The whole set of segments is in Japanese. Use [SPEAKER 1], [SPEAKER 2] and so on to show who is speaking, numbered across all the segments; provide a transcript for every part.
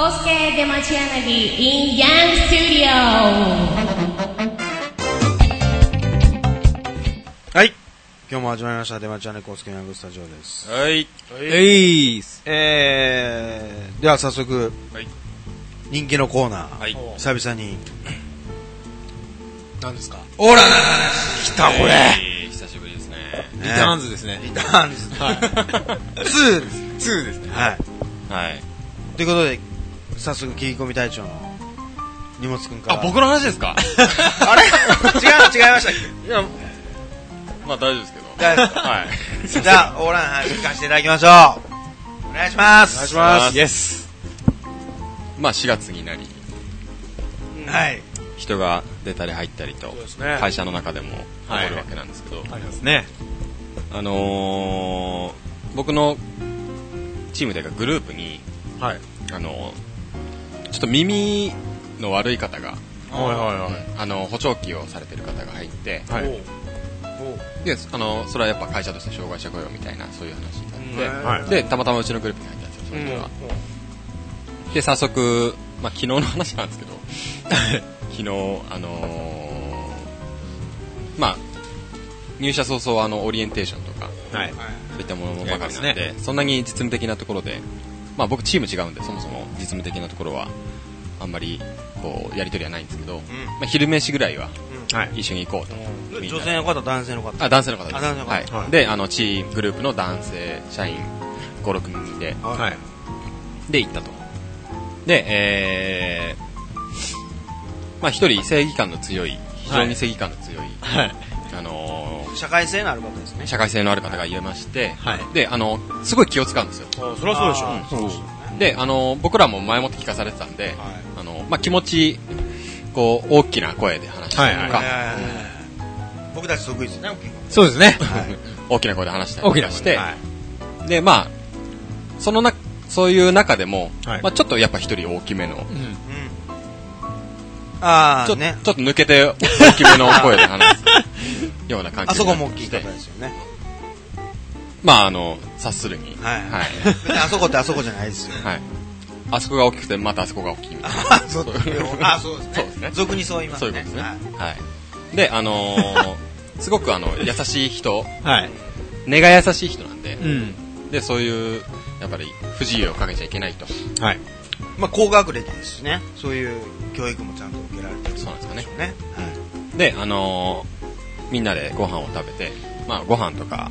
[SPEAKER 1] Kosuke de Machianagi in Yang Studio.
[SPEAKER 2] はい。今日も始まりました。出町アネコースケヤングスタジオです。
[SPEAKER 3] はい。
[SPEAKER 2] えいっすえー、では早速、
[SPEAKER 3] はい
[SPEAKER 2] 人気のコーナー、
[SPEAKER 3] はい。
[SPEAKER 2] 久々に。
[SPEAKER 4] なんですか
[SPEAKER 2] オーラな来たこれ、
[SPEAKER 3] えー久しぶりですね。
[SPEAKER 2] リ
[SPEAKER 4] リターンズですね。
[SPEAKER 2] リターンズ。
[SPEAKER 4] はい。
[SPEAKER 2] 2です。
[SPEAKER 4] 2ですね。
[SPEAKER 2] はい。
[SPEAKER 3] はい。
[SPEAKER 2] ということで、早速、切り込み隊長の荷物くんから。
[SPEAKER 3] あ、僕の話です か
[SPEAKER 2] あれ違う、違いましたっ
[SPEAKER 3] いや、まあ大丈夫ですけど。
[SPEAKER 2] 大丈夫です
[SPEAKER 3] はい。
[SPEAKER 2] けじゃあ、オーラの話聞かせていただきましょう。お願いします。お願いし
[SPEAKER 3] ます
[SPEAKER 2] イエ
[SPEAKER 3] まあ4月になり、
[SPEAKER 2] ス。はい。
[SPEAKER 3] 人が出たり入ったりと、
[SPEAKER 4] ですね
[SPEAKER 3] 会社の中でも起こ
[SPEAKER 4] はい
[SPEAKER 3] るわけなんですけど、
[SPEAKER 4] ありますね。
[SPEAKER 3] あのー、僕のチームというかグループに、
[SPEAKER 4] はい。
[SPEAKER 3] あのー、ちょっと耳の悪い方が、
[SPEAKER 4] はいは
[SPEAKER 3] あのー補聴器をされてる方が入って、
[SPEAKER 4] いはい。はい。
[SPEAKER 3] であのーそれはやっぱ会社として障害者雇用みたいなそういう話になって、
[SPEAKER 4] はい
[SPEAKER 3] でたまたまうちのグループに入ったんですよその人が、で早速、まあ、昨日の話なんですけど 昨日あのーまあ入社早々あのオリエンテーションとか
[SPEAKER 4] はい。
[SPEAKER 3] そういったものばかりなん
[SPEAKER 4] や
[SPEAKER 3] で
[SPEAKER 4] りま
[SPEAKER 3] そんなに実務的なところで、まあ、僕チーム違うんでそもそも実務的なところはあんまりこうやり取りはないんですけど、まあ、昼飯ぐらいは
[SPEAKER 4] はい。
[SPEAKER 3] 一緒に行こうと、みんな
[SPEAKER 2] 女
[SPEAKER 3] で
[SPEAKER 2] 性の方、男性の方。
[SPEAKER 3] あ男性の方です
[SPEAKER 2] あ男性の方
[SPEAKER 3] はい
[SPEAKER 4] はい
[SPEAKER 3] であのチームグループの男性社員56人で
[SPEAKER 4] はい。
[SPEAKER 3] で行ったとでえー、まあ一人正義感の強い非常に正義感の強い、
[SPEAKER 4] はい。
[SPEAKER 3] あの
[SPEAKER 2] 社会性のある方ですね
[SPEAKER 3] ー。社会性のある方が言えまして、
[SPEAKER 4] はい
[SPEAKER 3] であのすごい気を使うんですよ
[SPEAKER 4] あ、そりゃそうでしょ。
[SPEAKER 2] あーそうですよね
[SPEAKER 3] であの僕らも前もって聞かされてたんで、あのまあ、気持ちこう大きな声で話したりとか、
[SPEAKER 4] はい
[SPEAKER 2] 僕たち得意ですね、大きいの
[SPEAKER 4] そうですね。
[SPEAKER 3] 大きな声で話したり
[SPEAKER 4] 大き
[SPEAKER 3] と
[SPEAKER 4] な
[SPEAKER 3] かし、
[SPEAKER 4] してて。はい。
[SPEAKER 3] でまあそのなそういう中でも、
[SPEAKER 4] はい
[SPEAKER 3] まあ、ちょっとやっぱ一人大きめの、
[SPEAKER 4] うん。
[SPEAKER 2] うん。あ
[SPEAKER 3] ち
[SPEAKER 2] あ、
[SPEAKER 3] ょ
[SPEAKER 2] ね。
[SPEAKER 3] ちょっと抜けて大きめの声で話 すような感じ
[SPEAKER 2] あそこも大きい
[SPEAKER 3] で
[SPEAKER 2] 方ですよね。
[SPEAKER 3] まああの察するに
[SPEAKER 2] はい
[SPEAKER 3] はい、
[SPEAKER 2] 別にあそこってあそこじゃないですよ。
[SPEAKER 3] はいあそこが大きくてまたあそこが大きいみたいな
[SPEAKER 2] あ、そうあ、そうですね。
[SPEAKER 3] そうですね
[SPEAKER 2] 俗にそう言います
[SPEAKER 3] そうい
[SPEAKER 2] ね。
[SPEAKER 3] うことですね
[SPEAKER 2] はい
[SPEAKER 3] はいであの ーすごくあの優しい人
[SPEAKER 4] はい。
[SPEAKER 3] 根が優しい人なんで、
[SPEAKER 4] うん。
[SPEAKER 3] でそういうやっぱり不自由をかけちゃいけないと
[SPEAKER 4] はい。
[SPEAKER 2] まあ、高学歴ですしね。そういう教育もちゃんと受けられてる。
[SPEAKER 3] そうなんですかね
[SPEAKER 2] ね。
[SPEAKER 3] で、あのーみんなでご飯を食べて、まあ、ご飯とか、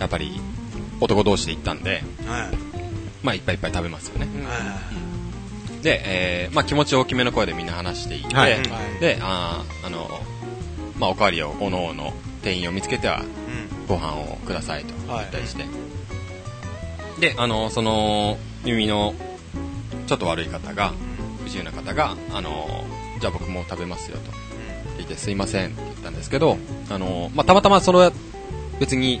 [SPEAKER 3] やっぱり男同士で行ったんで、
[SPEAKER 2] はい。はい。
[SPEAKER 3] まあ、いっぱいいっぱい食べますよね。
[SPEAKER 2] は
[SPEAKER 3] で、えーまあ、気持ち大きめの声でみんな話していて、
[SPEAKER 4] はい
[SPEAKER 3] で、あーあのーまあ、おかわりをおのおの店員を見つけて
[SPEAKER 2] い
[SPEAKER 3] は、
[SPEAKER 2] うん。
[SPEAKER 3] ご飯をくださいと言ったりして、で、あのーその、耳のちょっと悪い方が、不自由な方が、あのーじゃあ僕も食べますよと。いてすいませんって言ったんですけど、あのまあ、たまたまそれは別に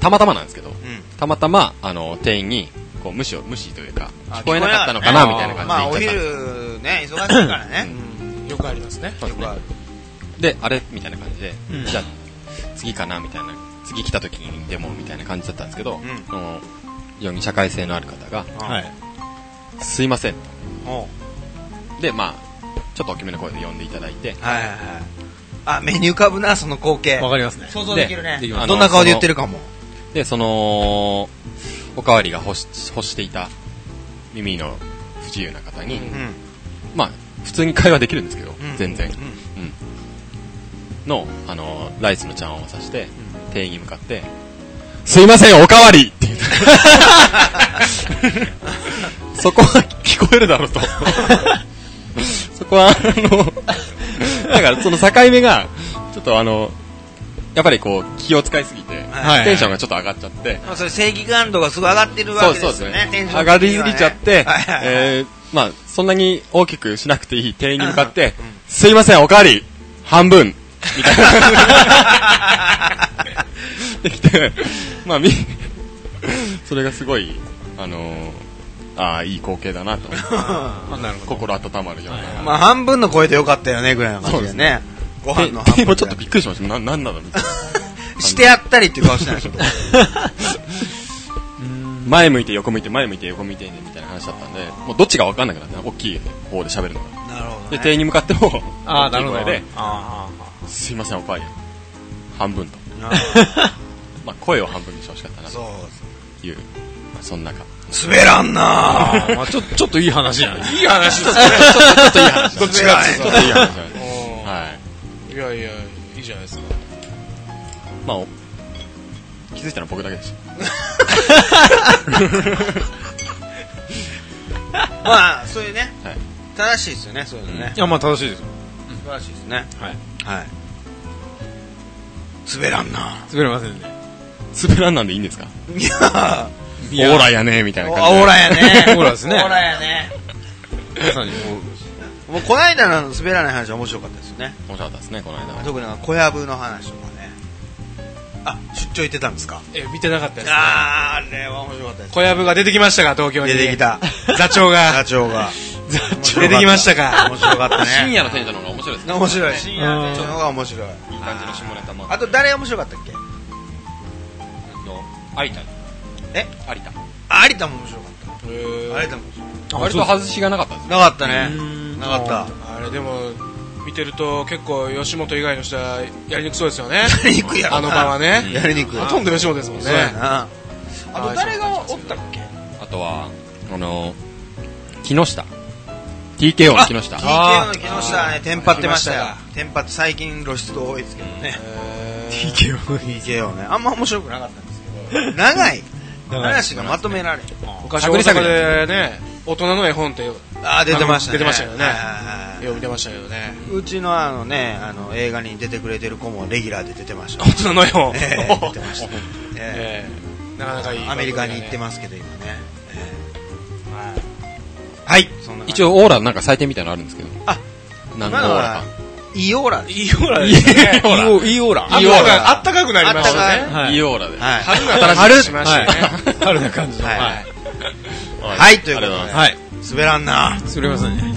[SPEAKER 3] たまたまなんですけど
[SPEAKER 2] うん。うん。
[SPEAKER 3] たまたまあの店員にこう無視を無視というか
[SPEAKER 2] あ
[SPEAKER 3] 聞こえなかったのかな
[SPEAKER 4] 聞
[SPEAKER 3] み
[SPEAKER 4] こ
[SPEAKER 3] た
[SPEAKER 4] え
[SPEAKER 3] いな
[SPEAKER 4] なか
[SPEAKER 2] まあ、
[SPEAKER 3] 感
[SPEAKER 2] お
[SPEAKER 3] じで言っちゃったんです
[SPEAKER 2] 昼ね、忙しいからね。
[SPEAKER 4] よくありますね。
[SPEAKER 3] そうですね
[SPEAKER 2] よくある
[SPEAKER 3] であれみたいな感じで、
[SPEAKER 4] うん
[SPEAKER 3] じゃあ次かなみたいな次来た時にでもみたいな感じだったんですけど、
[SPEAKER 2] ん
[SPEAKER 3] その非常に社会性のある方が
[SPEAKER 4] はい。
[SPEAKER 3] すいませんと
[SPEAKER 2] おう
[SPEAKER 3] でまあちょっと大きめの声で呼んでいただいて
[SPEAKER 2] はいはいはい。あ、目に浮かぶな、その光景。
[SPEAKER 4] わかりますね。
[SPEAKER 2] 想像できるね。
[SPEAKER 3] でできます
[SPEAKER 2] どんな顔で言ってるかも。
[SPEAKER 3] でそのおかわりが欲し欲していた耳の不自由な方に、
[SPEAKER 2] うん。
[SPEAKER 3] まあ、普通に会話できるんですけど、
[SPEAKER 2] うん
[SPEAKER 3] 全然。
[SPEAKER 2] う
[SPEAKER 3] うんの、あの、ライスの茶碗をさして、店員に向かって、すいません、おかわりって言った。そこは聞こえるだろうと。 そこは、あの、だからその境目が、ちょっとあの、やっぱりこう、気を使いすぎて、
[SPEAKER 2] はい
[SPEAKER 3] テンションがちょっと上がっちゃって、
[SPEAKER 2] ん。それ正義感度がすごい上がってるわけですよね。テンション
[SPEAKER 3] 上がりすぎちゃっ
[SPEAKER 2] は
[SPEAKER 3] て、
[SPEAKER 2] いはいはい
[SPEAKER 3] えーまあ、そんなに大きくしなくていい店員に向かって、
[SPEAKER 2] うん
[SPEAKER 3] すいません、おかわり、半分、みたいな。できて、まあ、み、それがすごい、あのーああ、いい光景だ なと。
[SPEAKER 4] あ、なるほど。
[SPEAKER 3] 心温まるような。
[SPEAKER 2] まあ半分の声でよかったよねぐらいの感じでね。ご飯の半分
[SPEAKER 3] 店員
[SPEAKER 2] ぐら
[SPEAKER 3] も
[SPEAKER 2] い。
[SPEAKER 3] ちょっとびっくりしました。な、なんなのみたいな。
[SPEAKER 2] してやったりって いう顔してないでしょ。
[SPEAKER 3] 前向いて横向いて前向いて横向いてねみたいな話だったんで、もうどっちが分かんなくなった大きい方で喋るのが。
[SPEAKER 2] なるほど、
[SPEAKER 3] で、
[SPEAKER 2] ね。
[SPEAKER 3] 店員に向かっても、
[SPEAKER 4] あ
[SPEAKER 3] 大
[SPEAKER 4] あ、な
[SPEAKER 3] きい
[SPEAKER 4] るほど
[SPEAKER 3] 声で
[SPEAKER 4] ね、。あーあ
[SPEAKER 3] すいません、おかわり。半分と。
[SPEAKER 2] あー
[SPEAKER 3] まあ、声を半分にしてほしかったな、
[SPEAKER 2] そう
[SPEAKER 3] という。まあ、そんなか。
[SPEAKER 2] 滑らんな
[SPEAKER 4] ーあー、まあちょちょっといい話やね。いい話だ
[SPEAKER 3] ちょっといい話。
[SPEAKER 4] どっちが
[SPEAKER 3] ちょっといい話なんではい。
[SPEAKER 4] いやいや、いいじゃないですか。
[SPEAKER 3] まあ、お気づいたのは僕だけでし
[SPEAKER 2] まあ、そういうね、
[SPEAKER 3] はい
[SPEAKER 2] 正しいですよね、そういうのね。
[SPEAKER 4] いや、まあ楽しいですよ。
[SPEAKER 2] 素晴らしいですね。
[SPEAKER 4] はい。
[SPEAKER 2] はい。滑らんな
[SPEAKER 4] 滑れませんね。
[SPEAKER 3] た。滑らんなんでいいんですか
[SPEAKER 2] いや
[SPEAKER 3] オーラやねみたいな感じで。
[SPEAKER 2] オーラやね。
[SPEAKER 4] オーラですね
[SPEAKER 2] オーラやね。
[SPEAKER 4] まさにも
[SPEAKER 2] もう、こないだの滑らない話は面白かったですよね。
[SPEAKER 3] 面白かったですね、この間。
[SPEAKER 2] 特になんか小籔の話とかね。あ、出張行ってたんですか
[SPEAKER 4] え、見てなかったですね。
[SPEAKER 2] あー、あれは面白かったです。
[SPEAKER 4] 小籔が出てきましたか、東京に。
[SPEAKER 2] 出てき。た。
[SPEAKER 4] 座長
[SPEAKER 2] 社
[SPEAKER 4] が。
[SPEAKER 2] 長が。
[SPEAKER 4] 座長出てきましたか。
[SPEAKER 2] 面白かったね。
[SPEAKER 3] 深夜のテンションの方が面白いですね。
[SPEAKER 2] 面白い。
[SPEAKER 3] 深
[SPEAKER 2] 深
[SPEAKER 3] 夜
[SPEAKER 2] 夜
[SPEAKER 3] の
[SPEAKER 2] の
[SPEAKER 3] テ
[SPEAKER 2] テン
[SPEAKER 3] ンシ
[SPEAKER 2] ションの方
[SPEAKER 3] ョンの方が
[SPEAKER 2] が面白い。
[SPEAKER 3] いい感じの下ネタも。
[SPEAKER 2] あと、誰が面白かったっけ
[SPEAKER 3] の、有田。
[SPEAKER 2] え
[SPEAKER 3] 有田。
[SPEAKER 2] あ有田も面白かっ
[SPEAKER 4] え
[SPEAKER 2] た。有
[SPEAKER 4] ー
[SPEAKER 2] 田も面白かっ
[SPEAKER 3] 割と外しがなかったですね。
[SPEAKER 2] た。なかった
[SPEAKER 4] うー
[SPEAKER 2] ね。
[SPEAKER 4] ん
[SPEAKER 2] なかった。
[SPEAKER 4] あれでも見てると結構吉本以外の人はやりにくそうで すよね
[SPEAKER 2] やりにくいやろな
[SPEAKER 4] あの場はね
[SPEAKER 2] やりにくい。
[SPEAKER 4] ほとんど吉本ですもんね
[SPEAKER 2] そうやな。あ
[SPEAKER 4] あ
[SPEAKER 2] と
[SPEAKER 4] と
[SPEAKER 2] 誰が
[SPEAKER 4] 誰が
[SPEAKER 2] お
[SPEAKER 4] お
[SPEAKER 2] ったっけ
[SPEAKER 3] あとは、あの、木下。TKO の木下。
[SPEAKER 2] TKO
[SPEAKER 4] あ
[SPEAKER 2] の
[SPEAKER 4] ー
[SPEAKER 2] 木下はね、テンパってましたよ
[SPEAKER 4] 来ま。
[SPEAKER 2] テンパって最近露出多いですけどね。
[SPEAKER 4] えー
[SPEAKER 2] TKO ね。あんま面白くなかったんですけど。長い。
[SPEAKER 4] 長い
[SPEAKER 2] 話がまとめられん。
[SPEAKER 4] 昔大
[SPEAKER 3] 探り探り
[SPEAKER 4] 阪でね大人の絵本ってよ
[SPEAKER 2] あー、出てましたね。
[SPEAKER 4] 出てましたよね
[SPEAKER 2] はいはいはい
[SPEAKER 4] よう見てましたけどね
[SPEAKER 2] うちのあのね、あの映画に出てくれてる子もレギュラーで出てました。
[SPEAKER 4] 大人の絵本、
[SPEAKER 2] ええ出てま した。え
[SPEAKER 4] えーなかなかいい
[SPEAKER 2] えアメリカに行って
[SPEAKER 4] ま
[SPEAKER 2] ますけど、今ね。ええはい。そんな感じ
[SPEAKER 3] 一、応、オーラなんか採点みたいなのあるんですけど。
[SPEAKER 2] あ、
[SPEAKER 3] 何の
[SPEAKER 2] 今
[SPEAKER 3] オー
[SPEAKER 2] の
[SPEAKER 3] ラ
[SPEAKER 2] は
[SPEAKER 3] か。、
[SPEAKER 2] いいオーラ
[SPEAKER 4] す
[SPEAKER 2] で
[SPEAKER 4] いいオーラですね
[SPEAKER 3] いいオーラ
[SPEAKER 4] あ
[SPEAKER 3] い
[SPEAKER 4] っ
[SPEAKER 3] いオ
[SPEAKER 4] た
[SPEAKER 3] ーラ。
[SPEAKER 4] かあったかくなりました
[SPEAKER 2] あった
[SPEAKER 4] ね
[SPEAKER 2] か
[SPEAKER 3] いいオーラで。
[SPEAKER 2] す。 はい。
[SPEAKER 4] 春な
[SPEAKER 3] 新
[SPEAKER 4] 感じ
[SPEAKER 3] しい
[SPEAKER 4] しましたよね
[SPEAKER 3] 春な感じ
[SPEAKER 2] のはい
[SPEAKER 3] はい
[SPEAKER 2] はいということで
[SPEAKER 3] ありがとうございます
[SPEAKER 2] はい。滑らんな。
[SPEAKER 4] それはそうね